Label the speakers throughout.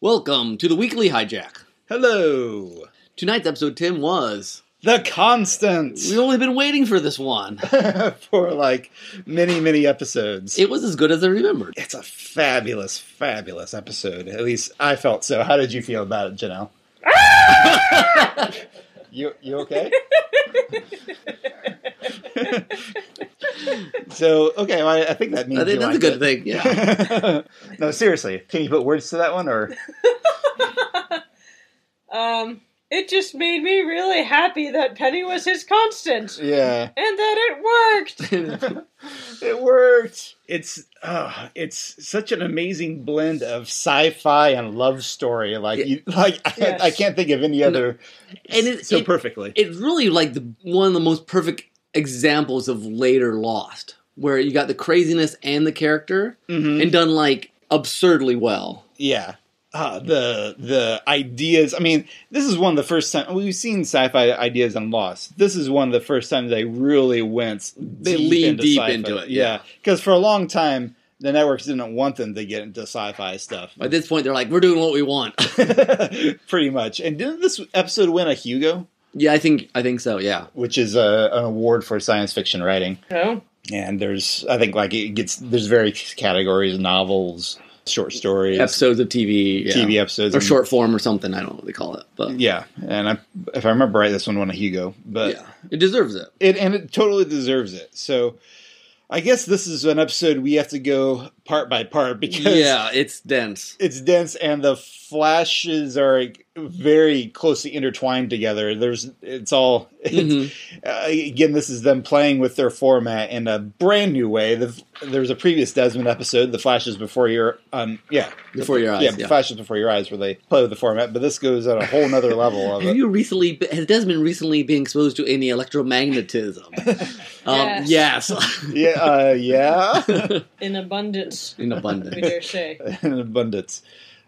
Speaker 1: Welcome to the weekly hijack.
Speaker 2: Hello.
Speaker 1: Tonight's episode, Tim, was.
Speaker 2: The Constants.
Speaker 1: We've only been waiting for this one.
Speaker 2: For like many, many episodes.
Speaker 1: It was as good as I remembered.
Speaker 2: It's a fabulous, fabulous episode. At least I felt so. How did you feel about it, Janelle? you you okay? so okay, well, I think that means
Speaker 1: I think that's
Speaker 2: you
Speaker 1: a
Speaker 2: liked
Speaker 1: good
Speaker 2: it.
Speaker 1: thing. Yeah.
Speaker 2: no, seriously, can you put words to that one or
Speaker 3: Um, it just made me really happy that Penny was his constant
Speaker 2: yeah?
Speaker 3: and that it worked.
Speaker 2: it worked. It's uh, it's such an amazing blend of sci-fi and love story. Like you, like
Speaker 3: Yes.
Speaker 2: I, I can't think of any other
Speaker 1: Mm. And it-
Speaker 2: so
Speaker 1: it-
Speaker 2: perfectly.
Speaker 1: it's really like the, one of the most perfect examples of later Lost, where you got the craziness and the character
Speaker 2: Mhm.
Speaker 1: and done like absurdly well.
Speaker 2: yeah. Uh, the the ideas. I mean, this is one of the first time we've seen sci-fi ideas on Lost. This is one of the first times they really went.
Speaker 1: They lean deep into it, yeah.
Speaker 2: because for a long time the networks didn't want them to get into sci-fi stuff.
Speaker 1: At this point, they're like, we're doing what we want.
Speaker 2: Pretty much. And didn't this episode win a Hugo?
Speaker 1: yeah, I think I think so. Yeah.
Speaker 2: which is a, an award for science fiction writing.
Speaker 3: No.
Speaker 2: And there's, I think, like it gets there's various categories: novels, short stories,
Speaker 1: Episodes of TV, yeah.
Speaker 2: TV episodes,
Speaker 1: or
Speaker 2: and-
Speaker 1: short form or something. I don't know what they call it, but
Speaker 2: Yeah, and I, if I remember right, this one won a Hugo, but
Speaker 1: yeah, it deserves it.
Speaker 2: it and it totally deserves it. So. I guess this is an episode we have to go part by part because
Speaker 1: Yeah, it's dense.
Speaker 2: it's dense and the flashes are like, very closely intertwined together. There's it's all
Speaker 1: Mhm.
Speaker 2: uh, again. This is them playing with their format in a brand new way. The, there was a previous Desmond episode, "The Flashes Before Your um yeah
Speaker 1: Before Your Eyes,
Speaker 2: yeah,
Speaker 1: yeah.
Speaker 2: Flashes Before Your Eyes," where they play with the format. But this goes on a whole nother level of
Speaker 1: Have
Speaker 2: it.
Speaker 1: you recently? be- Has Desmond recently been exposed to any electromagnetism? um, yes,
Speaker 3: Yes.
Speaker 2: Yeah, uh, yeah,
Speaker 3: In abundance,
Speaker 1: in
Speaker 3: we
Speaker 1: abundance.
Speaker 3: dare say.
Speaker 2: in abundance.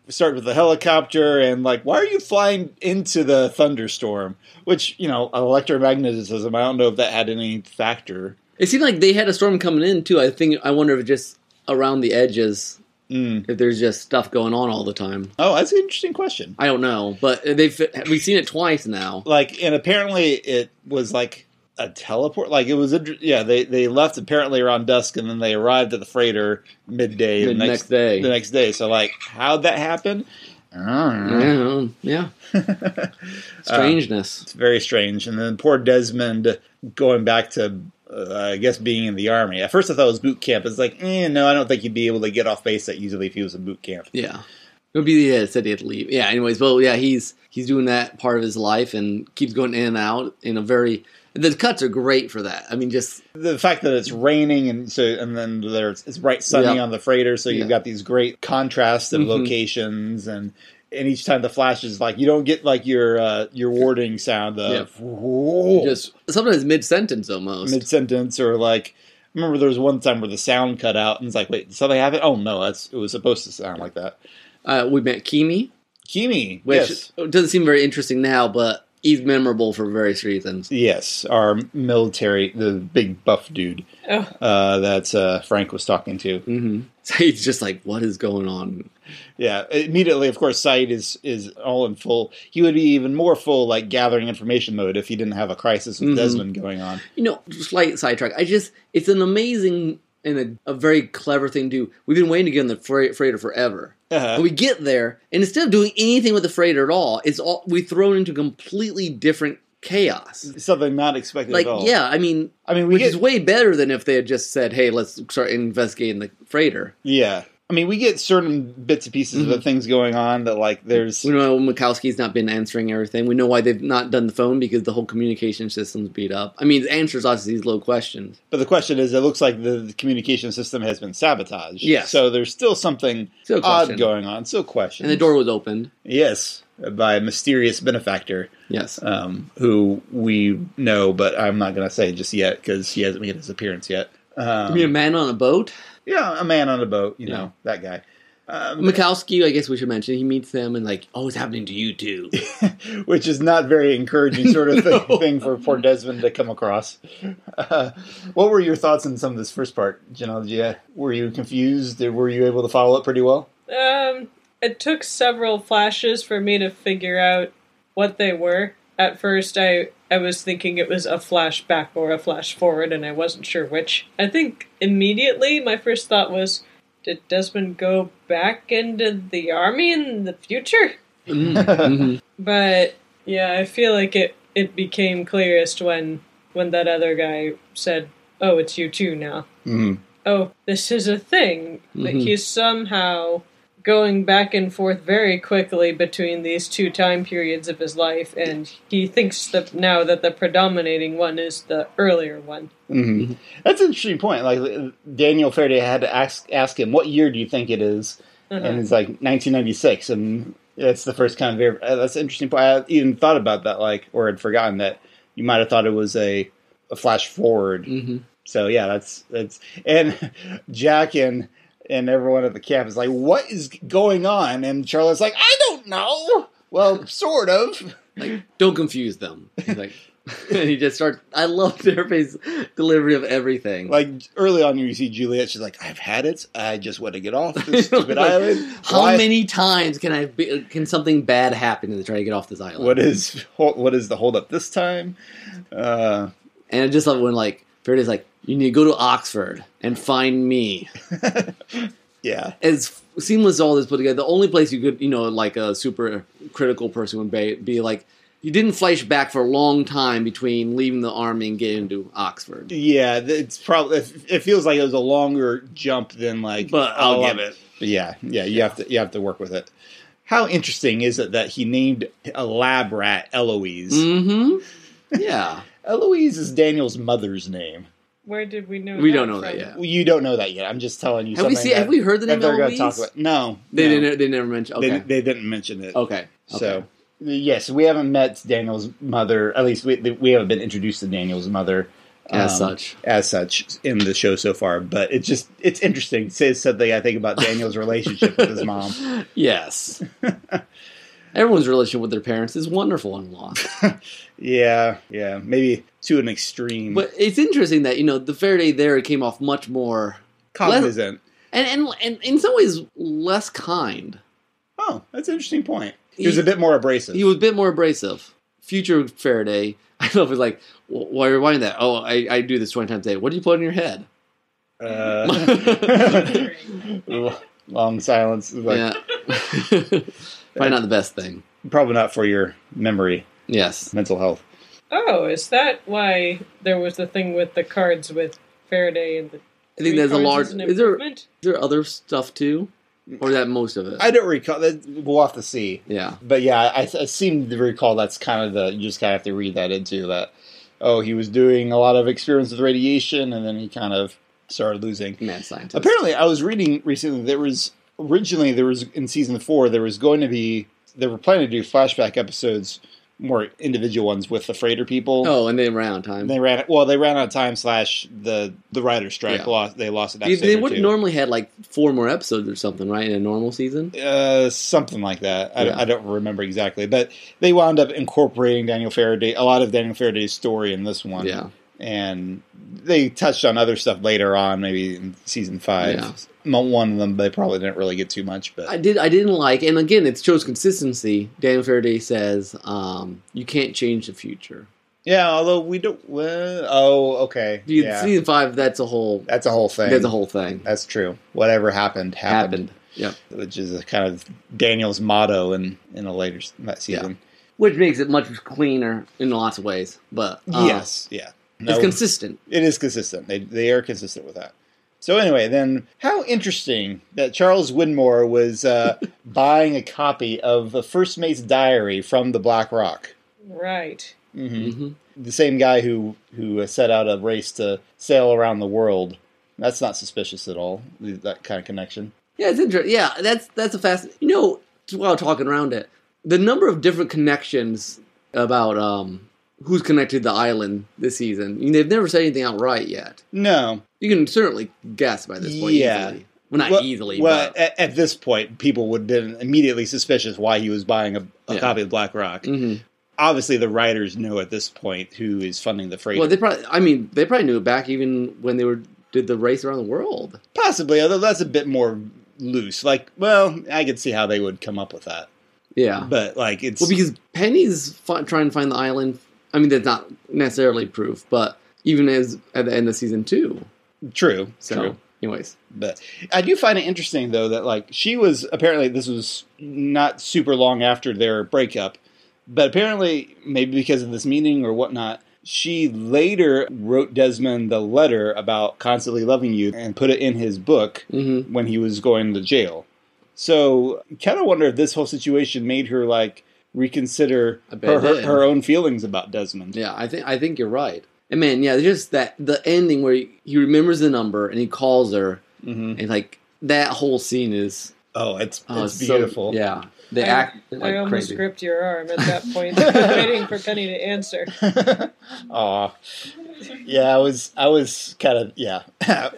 Speaker 2: We start with the helicopter and like, why are you flying into the thunderstorm? Which you know, electromagnetism. I don't know if that had any factor.
Speaker 1: It seemed like they had a storm coming in too. I think I wonder if it just around the edges,
Speaker 2: Mm.
Speaker 1: if there's just stuff going on all the time.
Speaker 2: Oh, that's an interesting question.
Speaker 1: I don't know, but they've we've seen it twice now.
Speaker 2: Like, and apparently it was like a teleport. Like it was, a, yeah. They they left apparently around dusk, and then they arrived at the freighter midday
Speaker 1: The next day.
Speaker 2: The next day. So like, how'd that happen? I don't know.
Speaker 1: Yeah, yeah. Uh, strangeness.
Speaker 2: It's very strange. And then poor Desmond going back to. Uh, I guess being in the army. At first, I thought it was boot camp. It's like, eh, no, I don't think he'd be able to get off base that easily if he was in boot camp.
Speaker 1: Yeah. It would be yeah, it said he had to leave. Yeah, anyways, well yeah, he's he's doing that part of his life and keeps going in and out in a very the cuts are great for that. I mean just
Speaker 2: the fact that it's raining and so and then there's it's bright sunny
Speaker 1: Yeah.
Speaker 2: on the freighter so
Speaker 1: Yeah.
Speaker 2: you've got these great contrasts of
Speaker 1: Mhm.
Speaker 2: locations and and each time the flashes like you don't get like your uh your warning sound of "Whoa,"
Speaker 1: just sometimes mid sentence almost.
Speaker 2: mid-sentence or like I remember there was one time where the sound cut out and it's like wait did something happen oh no that's it was supposed to sound like that
Speaker 1: uh, we met Kimi,
Speaker 2: kimi
Speaker 1: which
Speaker 2: yes
Speaker 1: doesn't seem very interesting now, but he's memorable for various reasons.
Speaker 2: yes our military the big buff dude
Speaker 3: Oh,
Speaker 2: uh that uh frank was talking to
Speaker 1: hmm So he's just like, what is going on?
Speaker 2: Yeah, immediately, of course, Said is is all in full. He would be even more full, like gathering information mode, if he didn't have a crisis with
Speaker 1: Mhm.
Speaker 2: Desmond going on.
Speaker 1: You know, slight sidetrack. I just, it's an amazing and a, a very clever thing to do. We've been waiting to get on the freight, freighter forever. And
Speaker 2: Uh-huh.
Speaker 1: we get there, and instead of doing anything with the freighter at all, it's all we thrown into completely different chaos.
Speaker 2: Something not expected
Speaker 1: Like,
Speaker 2: at all.
Speaker 1: yeah, I mean,
Speaker 2: I mean, we
Speaker 1: which
Speaker 2: get
Speaker 1: is way better than if they had just said, "Hey, let's start investigating the freighter."
Speaker 2: yeah. I mean, we get certain bits and pieces
Speaker 1: Mm-hmm.
Speaker 2: of the things going on that, like, there's
Speaker 1: We know Mikowski's not been answering everything. We know why they've not done the phone because the whole communication system's beat up. I mean, it answers lots of these low questions.
Speaker 2: But the question is, it looks like the, the communication system has been sabotaged.
Speaker 1: Yes.
Speaker 2: So there's still something
Speaker 1: Still a question.
Speaker 2: odd going on. Still question.
Speaker 1: And the door was opened.
Speaker 2: Yes, by a mysterious benefactor.
Speaker 1: Yes.
Speaker 2: um, who we know, but I'm not going to say just yet because he hasn't made his appearance yet.
Speaker 1: I mean, a
Speaker 2: Um,
Speaker 1: man on a boat.
Speaker 2: yeah, a man on a boat, you
Speaker 1: Yeah.
Speaker 2: know, that guy. Um,
Speaker 1: Mikowski, I guess we should mention, he meets them and like, oh, it's happening to you too.
Speaker 2: which is not very encouraging sort of
Speaker 1: No.
Speaker 2: thi- thing for poor Desmond to come across. Uh, what were your thoughts on some of this first part, Janelle? Did you- Were you confused? Were you able to follow it pretty well?
Speaker 3: um, it took several flashes for me to figure out what they were. At first, I I was thinking it was a flashback or a flash forward, and I wasn't sure which. I think immediately my first thought was, did Desmond go back into the army in the future?
Speaker 1: Mm, mhm.
Speaker 3: But yeah, I feel like it it became clearest when when that other guy said, "Oh, it's you too now."
Speaker 1: Hmm.
Speaker 2: Mm.
Speaker 3: oh, this is a thing. Like
Speaker 1: Mhm.
Speaker 3: he's somehow going back and forth very quickly between these two time periods of his life, and he thinks that now that the predominating one is the earlier one.
Speaker 2: hmm That's an interesting point. Like Daniel Faraday had to ask ask him, "What year do you think it is?" And
Speaker 3: Uh-huh.
Speaker 2: it's like 1996, and that's the first kind of ver- uh, that's an interesting point. I hadn't even thought about that, like, or had forgotten that you might have thought it was a a flash forward.
Speaker 1: Mhm.
Speaker 2: So yeah, that's that's and Jack and and everyone at the camp is like, "What is going on?" And Charlotte's like, "I don't know." Well, sort of.
Speaker 1: Like, don't confuse them. He's like, and he just starts. I love Derby's delivery of everything.
Speaker 2: Like early on, you see Juliet. She's like, "I've had it. I just want to get off this stupid
Speaker 1: Like,
Speaker 2: island."
Speaker 1: How
Speaker 2: Why-
Speaker 1: many times can I be, can something bad happen to try to get off this island?
Speaker 2: what is what is the holdup this time? Uh,
Speaker 1: And I just love when like Faraday's like, you need to go to Oxford and find me.
Speaker 2: yeah,
Speaker 1: As seamless as all this put together, the only place you could, you know, like a super critical person would be, be like, you didn't flash back for a long time between leaving the army and getting to Oxford.
Speaker 2: yeah. th- It's probably it it feels like it was a longer jump than like.
Speaker 1: But I'll
Speaker 2: all
Speaker 1: give
Speaker 2: of-
Speaker 1: it.
Speaker 2: Yeah, yeah. You have to you have to work with it. How interesting is it that he named a lab rat Eloise?
Speaker 1: Mm-hmm. Yeah.
Speaker 2: Eloise is Daniel's mother's name.
Speaker 3: Where did we know?
Speaker 1: We
Speaker 3: that
Speaker 1: don't know that
Speaker 3: from?
Speaker 1: yet.
Speaker 2: Well, you don't know that yet. I'm just telling you.
Speaker 1: Have we
Speaker 2: something
Speaker 1: seen- have
Speaker 2: that-
Speaker 1: we heard the
Speaker 2: that
Speaker 1: name
Speaker 2: they're gonna
Speaker 1: Eloise?
Speaker 2: talk about. No,
Speaker 1: They
Speaker 2: no.
Speaker 1: didn't they never mentioned
Speaker 2: They,
Speaker 1: okay.
Speaker 2: they didn't mention it.
Speaker 1: okay.
Speaker 2: So
Speaker 1: Okay.
Speaker 2: yes, we haven't met Daniel's mother. At least we we haven't been introduced to Daniel's mother
Speaker 1: as
Speaker 2: um,
Speaker 1: such.
Speaker 2: as such in the show so far. But it's just it's interesting. Says something I think about Daniel's relationship with his mom.
Speaker 1: Yes. Everyone's relationship with their parents is wonderful and lost.
Speaker 2: Mm-hmm. Yeah, yeah, maybe to an extreme.
Speaker 1: But it's interesting that, you know, the Faraday there came off much more
Speaker 2: cognizant.
Speaker 1: and and, and in some ways less kind.
Speaker 2: Oh, that's an interesting point. He,
Speaker 1: He-
Speaker 2: was a bit more abrasive.
Speaker 1: He was a bit more abrasive. Future Faraday, I love it. Like, "Wh- why rewind that? Oh, I, I do this twenty times a day. What do you put in your head?
Speaker 2: uh, long silence. Like,
Speaker 1: yeah, probably not the best thing.
Speaker 2: Probably not for your memory,
Speaker 1: Yes,
Speaker 2: mental health.
Speaker 3: Oh, is that why there was the thing with the cards with Faraday and the?
Speaker 1: I think
Speaker 3: three
Speaker 1: there's a
Speaker 3: cards
Speaker 1: large.
Speaker 3: as an
Speaker 1: Is there is
Speaker 3: improvement?
Speaker 1: there other stuff too, or is that most of it?
Speaker 2: I don't recall. That, we'll have to see.
Speaker 1: yeah,
Speaker 2: But yeah, I, I seem to recall that's kind of the you just kind of have to read that into that. Oh, he was doing a lot of experiments with radiation, and then he kind of started losing.
Speaker 1: mad scientist.
Speaker 2: Apparently, I was reading recently there was originally there was in season four there was going to be they were planning to do flashback episodes, more individual ones with the freighter people.
Speaker 1: oh, and they ran out of
Speaker 2: And
Speaker 1: time.
Speaker 2: they ran well. They ran out of time. Slash the the writer strike
Speaker 1: Yeah.
Speaker 2: lost. They lost an
Speaker 1: They,
Speaker 2: episode.
Speaker 1: they
Speaker 2: or
Speaker 1: would
Speaker 2: two.
Speaker 1: have normally had like four more episodes or something, right? In a normal season.
Speaker 2: uh, something like that. I,
Speaker 1: Yeah.
Speaker 2: I don't remember exactly, but they wound up incorporating Daniel Faraday, a lot of Daniel Faraday's story in this one.
Speaker 1: Yeah,
Speaker 2: and they touched on other stuff later on, maybe in season five.
Speaker 1: Yeah.
Speaker 2: Mo- One of them they probably didn't really get too much, but
Speaker 1: I did. I didn't like, and again, it shows consistency. Dan Faraday says, um, "You can't change the future."
Speaker 2: yeah. Although we don't. Well, oh, okay.
Speaker 1: You,
Speaker 2: yeah,
Speaker 1: Season five, that's a whole.
Speaker 2: that's a whole thing.
Speaker 1: That's a whole thing.
Speaker 2: That's true. Whatever happened
Speaker 1: Happened.
Speaker 2: happened,
Speaker 1: Yep.
Speaker 2: which is a kind of Daniel's motto in in a later s- in that
Speaker 1: Yeah.
Speaker 2: season.
Speaker 1: Which makes it much cleaner in lots of ways, but uh,
Speaker 2: yes, yeah. No,
Speaker 1: it's consistent.
Speaker 2: It is consistent. They they are consistent with that. So anyway, then how interesting that Charles Winmore was uh, buying a copy of the first mate's diary from the Black Rock.
Speaker 3: Right.
Speaker 2: hmm
Speaker 1: hmm
Speaker 2: The same guy who who uh, set out a race to sail around the world. That's not suspicious at all. That kind of connection.
Speaker 1: Yeah, it's interesting. Yeah, that's that's a fast. You know, while talking around it, the number of different connections about um, who's connected to the island this season. I mean, they've never said anything outright yet.
Speaker 2: No,
Speaker 1: You can certainly guess by this point.
Speaker 2: Yeah.
Speaker 1: Easily. Well, not
Speaker 2: well,
Speaker 1: easily.
Speaker 2: Well,
Speaker 1: but,
Speaker 2: at, at this point, people would have been immediately suspicious why he was buying a, a
Speaker 1: Yeah.
Speaker 2: copy of Black Rock.
Speaker 1: Mhm.
Speaker 2: Obviously, the writers know at this point who is funding the freight.
Speaker 1: Well, they probably. I mean, they probably knew it back even when they were did the race around the world.
Speaker 2: Possibly, although that's a bit more loose. Like, well, I could see how they would come up with that,
Speaker 1: Yeah.
Speaker 2: but like it's
Speaker 1: Well, because Penny's fi- trying to find the island. I mean, that's not necessarily proof, but even as at the end of season two.
Speaker 2: true.
Speaker 1: So,
Speaker 2: True.
Speaker 1: anyways,
Speaker 2: But I do find it interesting though that like she was apparently this was not super long after their breakup, but apparently maybe because of this meeting or whatnot, she later wrote Desmond the letter about constantly loving you and put it in his book
Speaker 1: hmm
Speaker 2: when he was going to jail. So kind of wonder if this whole situation made her like reconsider
Speaker 1: I bet
Speaker 2: her,
Speaker 1: it
Speaker 2: her
Speaker 1: did.
Speaker 2: her own feelings about Desmond.
Speaker 1: yeah, I think I think you're right. And man, yeah, just that the ending where he, he remembers the number and he calls her,
Speaker 2: hmm
Speaker 1: and like that whole scene is
Speaker 2: Oh, it's
Speaker 1: oh,
Speaker 2: it's
Speaker 1: so-
Speaker 2: beautiful.
Speaker 1: yeah, they
Speaker 3: I-
Speaker 1: act like
Speaker 3: I almost
Speaker 1: crazy.
Speaker 3: gripped your arm at that point, waiting for Penny to answer.
Speaker 2: Aw. Yeah, I was I was kind of yeah.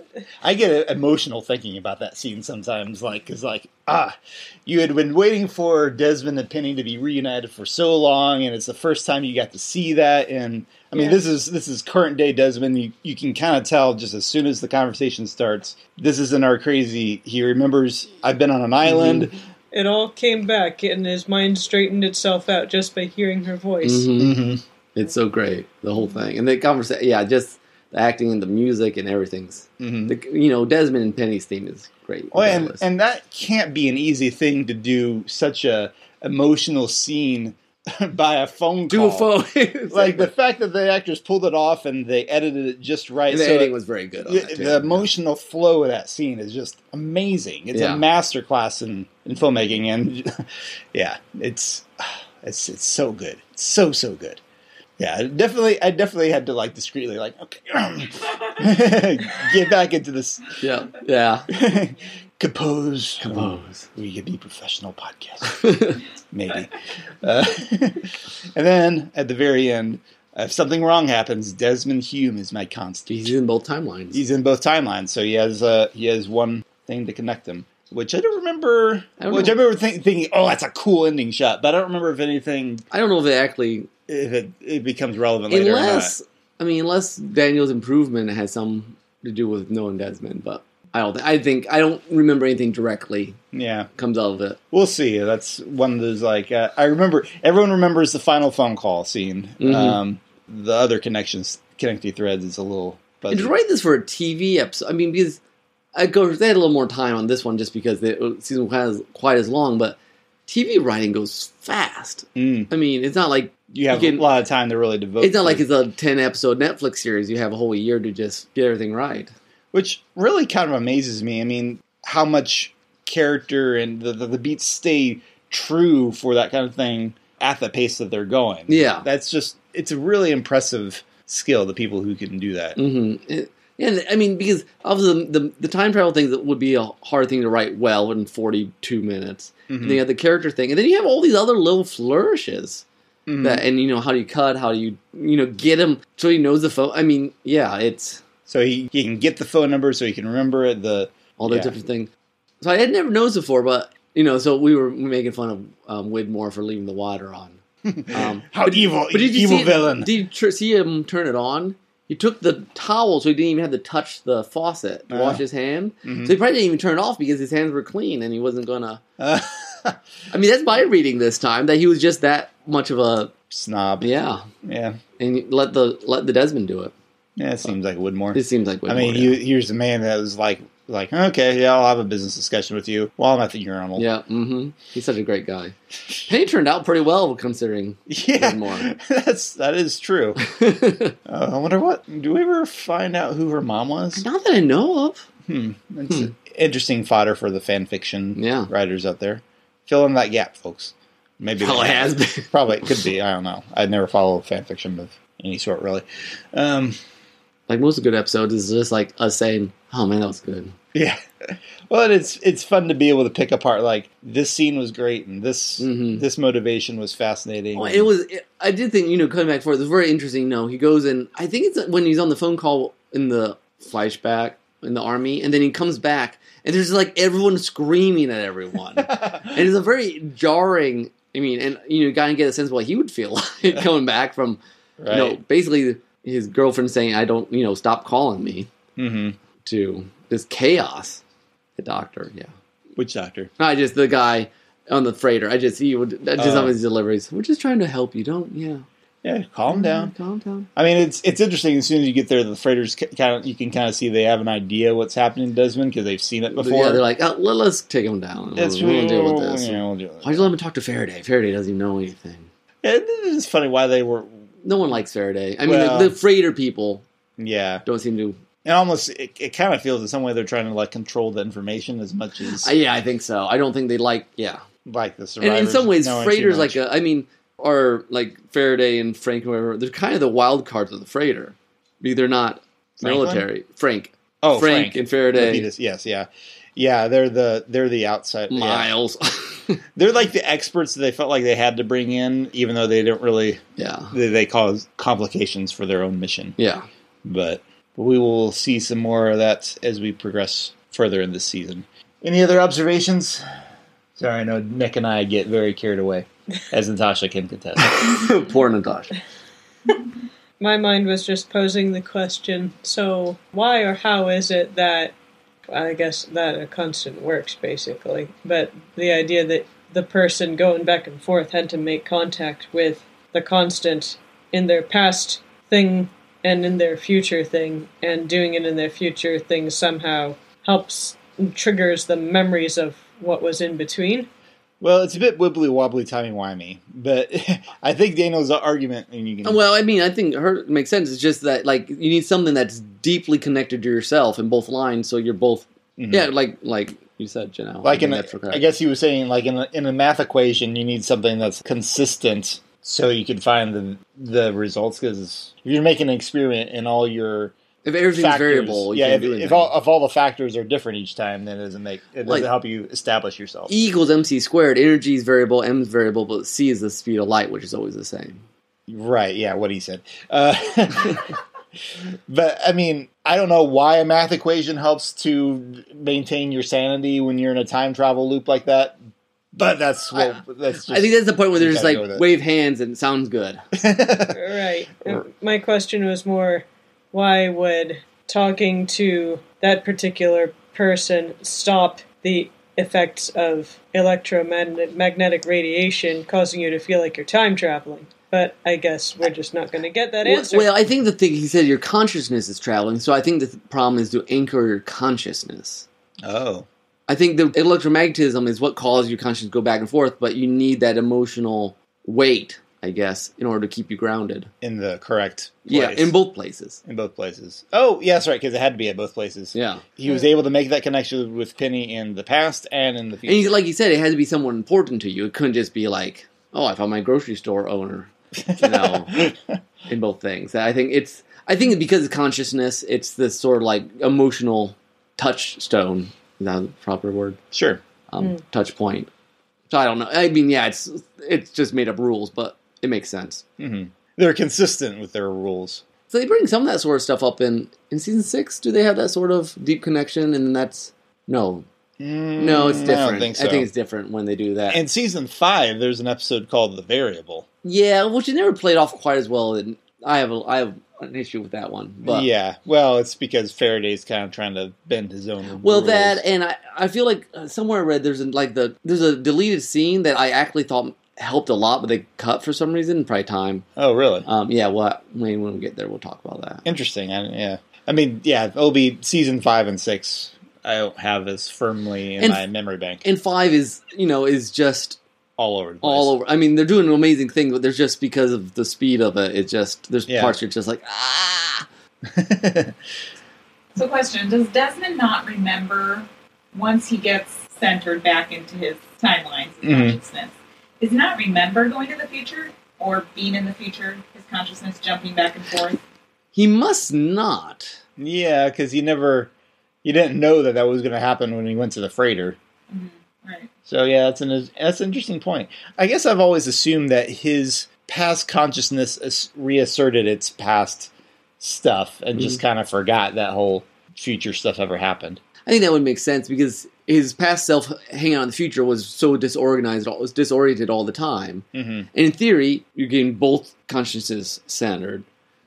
Speaker 2: I get emotional thinking about that scene sometimes like cuz like ah you had been waiting for Desmond and Penny to be reunited for so long and it's the first time you got to see that and I mean
Speaker 3: Yeah.
Speaker 2: this is this is current day Desmond you you can kind of tell just as soon as the conversation starts this isn't our crazy he remembers I've been on an island
Speaker 3: It all came back, and his mind straightened itself out just by hearing her voice.
Speaker 1: Mhm.
Speaker 2: Mhm.
Speaker 1: It's so great, the whole thing, and the conversation. Yeah, just the acting and the music and everything's.
Speaker 2: Mhm.
Speaker 1: The, you know, Desmond and Penny's theme is great.
Speaker 2: Well, Oh, and,
Speaker 1: Regardless.
Speaker 2: and that can't be an easy thing to do such a emotional scene by a phone
Speaker 1: do
Speaker 2: call.
Speaker 1: a phone.
Speaker 2: Like the fact that the actors pulled it off and they edited it just right.
Speaker 1: And the
Speaker 2: so
Speaker 1: editing was very good. On
Speaker 2: the,
Speaker 1: that too.
Speaker 2: the emotional flow of that scene is just amazing. It's
Speaker 1: Yeah.
Speaker 2: a masterclass in, in filmmaking, and yeah, it's it's it's so good, It's so so good. Yeah, definitely. I definitely had to like discreetly, like okay, get back into this,
Speaker 1: yeah, yeah.
Speaker 2: compose,
Speaker 1: Compose.
Speaker 2: we could be professional podcasts, maybe. Uh, and then at the very end, if something wrong happens, Desmond Hume is my constant.
Speaker 1: He's in both timelines.
Speaker 2: He's in both timelines, so he has uh, he has one thing to connect them, which I don't remember.
Speaker 1: I don't
Speaker 2: which
Speaker 1: know.
Speaker 2: I remember think, thinking, oh, that's a cool ending shot, but I don't remember if anything
Speaker 1: I don't know if they actually,
Speaker 2: if it, it becomes relevant later.
Speaker 1: unless I mean, unless Daniel's improvement has some to do with knowing Desmond, but I don't. Think, I think I don't remember anything directly
Speaker 2: or not. yeah,
Speaker 1: comes out of it.
Speaker 2: we'll see. That's one of those like uh, I remember. Everyone remembers the final phone call scene.
Speaker 1: Mhm.
Speaker 2: Um, the other connections, connecting threads, is a little.
Speaker 1: And
Speaker 2: fuzzy.
Speaker 1: to write this for a TV episode, I mean, because I go, they had a little more time on this one just because the season was quite as long, but TV writing goes fast.
Speaker 2: Mm,
Speaker 1: I mean, it's not like
Speaker 2: you have
Speaker 1: You can-
Speaker 2: a lot of time to really devote.
Speaker 1: it's not
Speaker 2: to
Speaker 1: like
Speaker 2: it,
Speaker 1: it's a 10 episode netflix series you have a whole year to just get everything right
Speaker 2: which really kind of amazes me. I mean, how much character and the, the, the beats stay true for that kind of thing at the pace that they're going.
Speaker 1: yeah
Speaker 2: that's just it's a really impressive skill. The people who can do that.
Speaker 1: hmm and i mean because obviously the, the, the time travel thing that would be a hard thing to write well in 42 minutes
Speaker 2: Mhm.
Speaker 1: and then you have the character thing and then you have all these other little flourishes
Speaker 2: Mhm.
Speaker 1: Mm-hmm. that and you know how do you cut how do you you know get him so he knows the phone i mean yeah it's
Speaker 2: So he, he can get the phone number, so he can remember it. The
Speaker 1: all those
Speaker 2: Yeah.
Speaker 1: different things so i had never noticed before but you know so we were making fun of um, widmore for leaving the water on um,
Speaker 2: how evil,
Speaker 1: But did you
Speaker 2: evil
Speaker 1: see,
Speaker 2: villain.
Speaker 1: Did you tr- see him turn it on? He took the towel, so he didn't even have to touch the faucet to
Speaker 2: Ah.
Speaker 1: wash his hand.
Speaker 2: Mhm.
Speaker 1: So he probably didn't even turn it off because his hands were clean and he wasn't gonna.
Speaker 2: Uh,
Speaker 1: I mean, that's my reading this time that he was just that much of a
Speaker 2: snob.
Speaker 1: yeah,
Speaker 2: yeah,
Speaker 1: and let the let the Desmond do it.
Speaker 2: yeah. It seems like Woodmore.
Speaker 1: It seems like way
Speaker 2: I mean,
Speaker 1: more,
Speaker 2: you,
Speaker 1: yeah.
Speaker 2: here's a man that was like, like, okay, yeah, I'll have a business discussion with you while I'm at the urinal.
Speaker 1: yeah, mm-hmm. he's such a great guy. Penny turned out pretty well considering.
Speaker 2: Yeah,
Speaker 1: Woodmore.
Speaker 2: that's that is true.
Speaker 1: Not
Speaker 2: Uh, I wonder what do we ever find out who her mom was?
Speaker 1: that I know of.
Speaker 2: Hmm, that's
Speaker 1: Hmm.
Speaker 2: interesting fodder for the fan fiction
Speaker 1: Yeah,
Speaker 2: writers out there. Fill in that gap, folks. Maybe
Speaker 1: hell,
Speaker 2: they-
Speaker 1: Oh, it has been.
Speaker 2: Probably it could be. I don't know. I'd never follow fan fiction of any sort, really. Um,
Speaker 1: Like most good episodes is just like us saying, "Oh man, that was good."
Speaker 2: yeah. Well, and it's it's fun to be able to pick apart. Like this scene was great, and this
Speaker 1: Mhm.
Speaker 2: this motivation was fascinating.
Speaker 1: Well, it was. It, I did think, you know, coming back forth, it's very interesting. No, he goes and I think it's when he's on the phone call in the flashback in the army, and then he comes back, and there's like everyone screaming at everyone. and it's a very jarring. I mean, and you know, gotta get a sense of what he would feel like coming back from,
Speaker 2: right.
Speaker 1: you know, basically his girlfriend saying, "I don't, you know, stop calling me,"
Speaker 2: hmm
Speaker 1: to this chaos. The doctor, yeah,
Speaker 4: Which doctor?
Speaker 1: I just the guy on the freighter. I just he would I just
Speaker 2: Uh.
Speaker 4: Oh.
Speaker 1: on his deliveries. We're just trying to help you. Don't yeah.
Speaker 4: Yeah,
Speaker 1: Mm-hmm.
Speaker 4: calm down.
Speaker 1: Calm down.
Speaker 4: I mean, it's
Speaker 2: It's interesting. As soon as you get there, the freighters kind of you can kind of see they have an idea what's happening in Desmond because they've seen it before.
Speaker 1: Yeah, they're like, oh, let, us take him down.
Speaker 2: It's-
Speaker 1: We'll, we'll deal with this.
Speaker 2: Yeah, we'll deal with
Speaker 1: Why'd
Speaker 2: it.
Speaker 1: you let him talk to Faraday? Faraday doesn't even know anything.
Speaker 2: It is funny why they were.
Speaker 1: No one likes Faraday. I mean,
Speaker 2: Well-
Speaker 1: the, the freighter people
Speaker 2: Yeah,
Speaker 1: don't seem to.
Speaker 2: and almost it, it kind of feels in some way they're trying to like control the information as much as
Speaker 1: I, yeah, I think so. I don't think they like. Yeah,
Speaker 2: like the
Speaker 1: and
Speaker 2: survivors.
Speaker 1: in some ways,
Speaker 2: knowing too
Speaker 1: freighters
Speaker 2: much.
Speaker 1: like a, I mean, are like Faraday and Frank, whoever. They're kind of the wild cards of the freighter. They're not
Speaker 2: Franklin?
Speaker 1: military. Frank,
Speaker 2: oh
Speaker 1: Frank, and Faraday,
Speaker 2: Lapidus, yes, yeah, yeah. They're the they're the outside. yeah.
Speaker 1: Miles.
Speaker 2: They're like the experts that they felt like they had to bring in, even though they don't really
Speaker 1: yeah,
Speaker 2: they, they cause complications for their own mission.
Speaker 1: yeah.
Speaker 2: But we will see some more of that as we progress further in this season. Any other observations? Sorry, I know Nick and I get very carried away, as Natasha can contest.
Speaker 1: Poor Natasha.
Speaker 3: My mind was just posing the question so, why or how is it that, I guess, that a constant works basically, but the idea that the person going back and forth had to make contact with the constant in their past thing and in their future thing, and doing it in their future thing somehow helps and triggers the memories of what was in between.
Speaker 2: well, it's a bit wibbly wobbly, timey wimey, but I think Daniel's argument, and you can.
Speaker 1: Oh, Well, I mean, I think her it makes sense. It's just that like you need something that's deeply connected to yourself in both lines, so you're both
Speaker 2: Mhm.
Speaker 1: yeah, like like you said, Janelle. I
Speaker 2: like
Speaker 1: mean,
Speaker 2: in a,
Speaker 1: that's what-
Speaker 2: I guess he was saying like in a, in a math equation you need something that's consistent so you can find the the results because if you're making an experiment and all your
Speaker 1: if everything's
Speaker 2: factors,
Speaker 1: variable, you
Speaker 2: yeah,
Speaker 1: can't
Speaker 2: if,
Speaker 1: do anything.
Speaker 2: if all if all the factors are different each time, then it doesn't make it doesn't
Speaker 1: Like-
Speaker 2: help you establish yourself.
Speaker 1: E equals mc squared. Energy is variable, m is variable, but c is the speed of light, which is always the same.
Speaker 2: Right? Yeah, what he said. Uh, but I mean, I don't know why a math equation helps to maintain your sanity when you're in a time travel loop like that. But that's what that's. Just,
Speaker 1: I think that's the point where they're
Speaker 2: you
Speaker 1: just
Speaker 2: gotta
Speaker 1: like
Speaker 2: go with it.
Speaker 1: wave hands and it sounds good.
Speaker 3: Right.
Speaker 1: Or-
Speaker 3: My question was more why would talking to that particular person stop the effects of electromagnetic radiation causing you to feel like you're time traveling? But I guess we're just not going to get that
Speaker 1: Well-
Speaker 3: answer.
Speaker 1: Well, I think the thing he said, your consciousness is traveling. So I think the th- problem is to anchor your consciousness.
Speaker 2: oh.
Speaker 1: I think the electromagnetism is what causes your consciousness to go back and forth, but you need that emotional weight, I guess, in order to keep you grounded.
Speaker 2: in the correct place.
Speaker 1: Yeah, in both places.
Speaker 2: in both places. Oh, yeah, that's right, because it had to be at both places.
Speaker 1: Yeah.
Speaker 2: He was able to make that connection with Penny in the past and in the
Speaker 1: And you,
Speaker 2: future.
Speaker 1: like you said, it had to be someone important to you. It couldn't just be like, oh, I found my grocery store owner. No, in both things. I think it's. I think because of consciousness, it's this sort of like emotional touchstone. Is that the proper word?
Speaker 2: sure.
Speaker 1: Um, Touch point. So I don't know. I mean, yeah, it's it's just made up rules, but it makes sense.
Speaker 2: hmm They're consistent with their rules.
Speaker 1: So they bring some of that sort of stuff up in in season six. Do they have that sort of deep connection? And that's no,
Speaker 2: Mm,
Speaker 1: no, it's different.
Speaker 2: I don't think so.
Speaker 1: it's different when they do that.
Speaker 2: in season five, there's an episode called "The Variable."
Speaker 1: Yeah, which it never played off quite as well. And I have a, I have an issue with that one. But
Speaker 2: yeah, well, it's because Faraday's kind of trying to bend his own.
Speaker 1: well,
Speaker 2: rules.
Speaker 1: that and I I feel like uh, somewhere I read there's an, like the there's a deleted scene that I actually thought helped a lot, but they cut for some reason. Probably time.
Speaker 2: oh, really?
Speaker 1: Um, yeah. Well, maybe when we get there, we'll talk about that.
Speaker 2: Interesting. I, yeah, I mean, yeah, it'll be season five and six. I don't have as firmly in
Speaker 1: And-
Speaker 2: my memory bank
Speaker 1: And five is you know is just
Speaker 2: all over the place.
Speaker 1: all over. I mean, they're doing an amazing thing, but there's just because of the speed of it. It just there's
Speaker 2: Yeah.
Speaker 1: parts you're just like ah.
Speaker 5: So, question Does Desmond not remember once he gets centered back into his timelines, his
Speaker 2: Mhm.
Speaker 5: consciousness? Does he not remember going to the future or being in the future, his consciousness jumping back and forth?
Speaker 1: He must not.
Speaker 2: Yeah, because you never, you didn't know that that was going to happen when he went to the freighter.
Speaker 5: Mhm, Right.
Speaker 2: So yeah, that's an that's an interesting point. I guess I've always assumed that his past consciousness as- reasserted its past stuff and just kind of forgot that whole future stuff ever happened.
Speaker 1: I think that would make sense because his past self hanging out in the future was so disorganized, was disoriented all the time.
Speaker 2: Mm-hmm.
Speaker 1: And in theory, you're getting both consciences centered.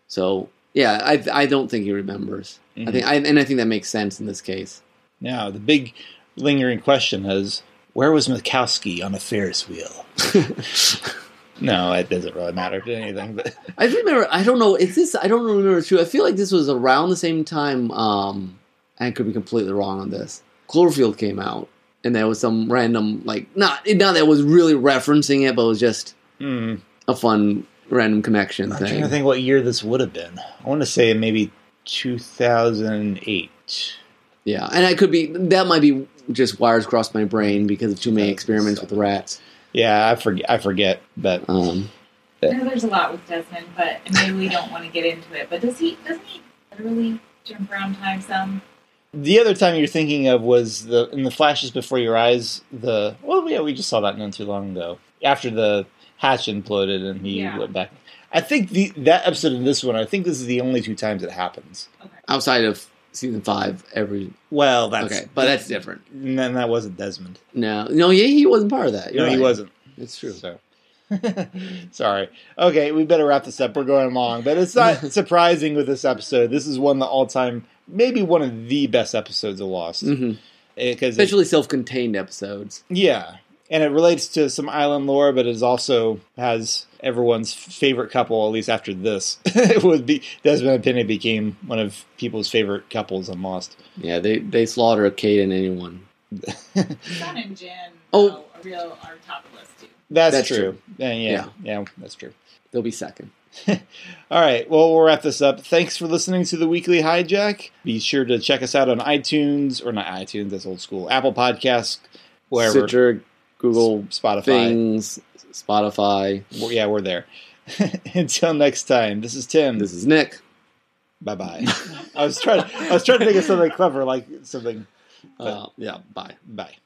Speaker 1: So yeah, I I don't think he remembers. I think I, and I think that makes sense in this case.
Speaker 2: Now the big lingering question is where was Mikowski on a Ferris wheel? no, it doesn't really matter to anything. But
Speaker 1: I remember. I don't know. Is this? I don't remember too. I feel like this was around the same time. Um, I could be completely wrong on this. Cloverfield came out, and there was some random like not not that it was really referencing it, but it was just
Speaker 2: Hmm.
Speaker 1: a fun random connection
Speaker 2: I'm trying
Speaker 1: thing.
Speaker 2: to think what year this would have been. I want to say maybe 2008.
Speaker 1: Yeah, and I could be that might be just wires crossed my brain because of too many experiments with the rats.
Speaker 2: Yeah, I forget. I forget, but
Speaker 1: Um,
Speaker 5: I know there's a lot with Desmond, but and maybe we don't want to get into it. But does he? Doesn't he literally jump around time some?
Speaker 2: The other time you're thinking of was the in the flashes before your eyes. The well, yeah, we just saw that not too long ago. After the hatch imploded and he
Speaker 5: Yeah.
Speaker 2: went back. I think the that episode and this one. I think this is the only two times it happens.
Speaker 1: outside of season five, every
Speaker 2: Well, that's
Speaker 1: okay, but that's different.
Speaker 2: And then that wasn't Desmond.
Speaker 1: No, no, yeah, he wasn't part of that. You're
Speaker 2: no, he
Speaker 1: right.
Speaker 2: wasn't.
Speaker 1: It's true.
Speaker 2: So. Sorry. Okay, we better wrap this up. We're going long, but it's not surprising with this episode. This is one of the all-time, maybe one of the best episodes of Lost.
Speaker 1: hmm
Speaker 2: Because it's-
Speaker 1: Especially self-contained episodes.
Speaker 2: Yeah. And it relates to some island lore, but it also has everyone's favorite couple, at least after this. it would be Desmond and Penny became one of people's favorite couples on Lost.
Speaker 1: Yeah, they they slaughter Kate and anyone.
Speaker 5: Son and Jen.
Speaker 1: Oh.
Speaker 5: though, are real are top of the list too.
Speaker 2: That's,
Speaker 1: That's
Speaker 2: true.
Speaker 1: true.
Speaker 2: And yeah, yeah,
Speaker 1: Yeah.
Speaker 2: that's true.
Speaker 1: They'll be second.
Speaker 2: All right. Well, we'll wrap this up. Thanks for listening to the weekly hijack. Be sure to check us out on iTunes, or not iTunes, that's old school, Apple Podcasts, wherever,
Speaker 1: Stitcher, Google
Speaker 2: Spotify.
Speaker 1: things, Spotify.
Speaker 2: Well, Yeah, we're there. Until next time, this is Tim.
Speaker 1: This is Nick.
Speaker 2: Bye bye. I was trying. I was trying to think of something clever, like something.
Speaker 1: Uh, yeah, bye.
Speaker 2: Bye.